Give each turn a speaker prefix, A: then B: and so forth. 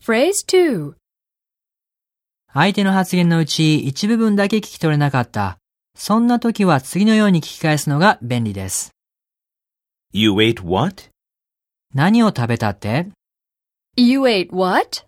A: Phrase 2.
B: 相手の発言のうち一部分だけ聞き取れなかった。そんな時は次のように聞き返すのが便利です。
C: You ate what?
B: 何を食べたって
A: You ate what?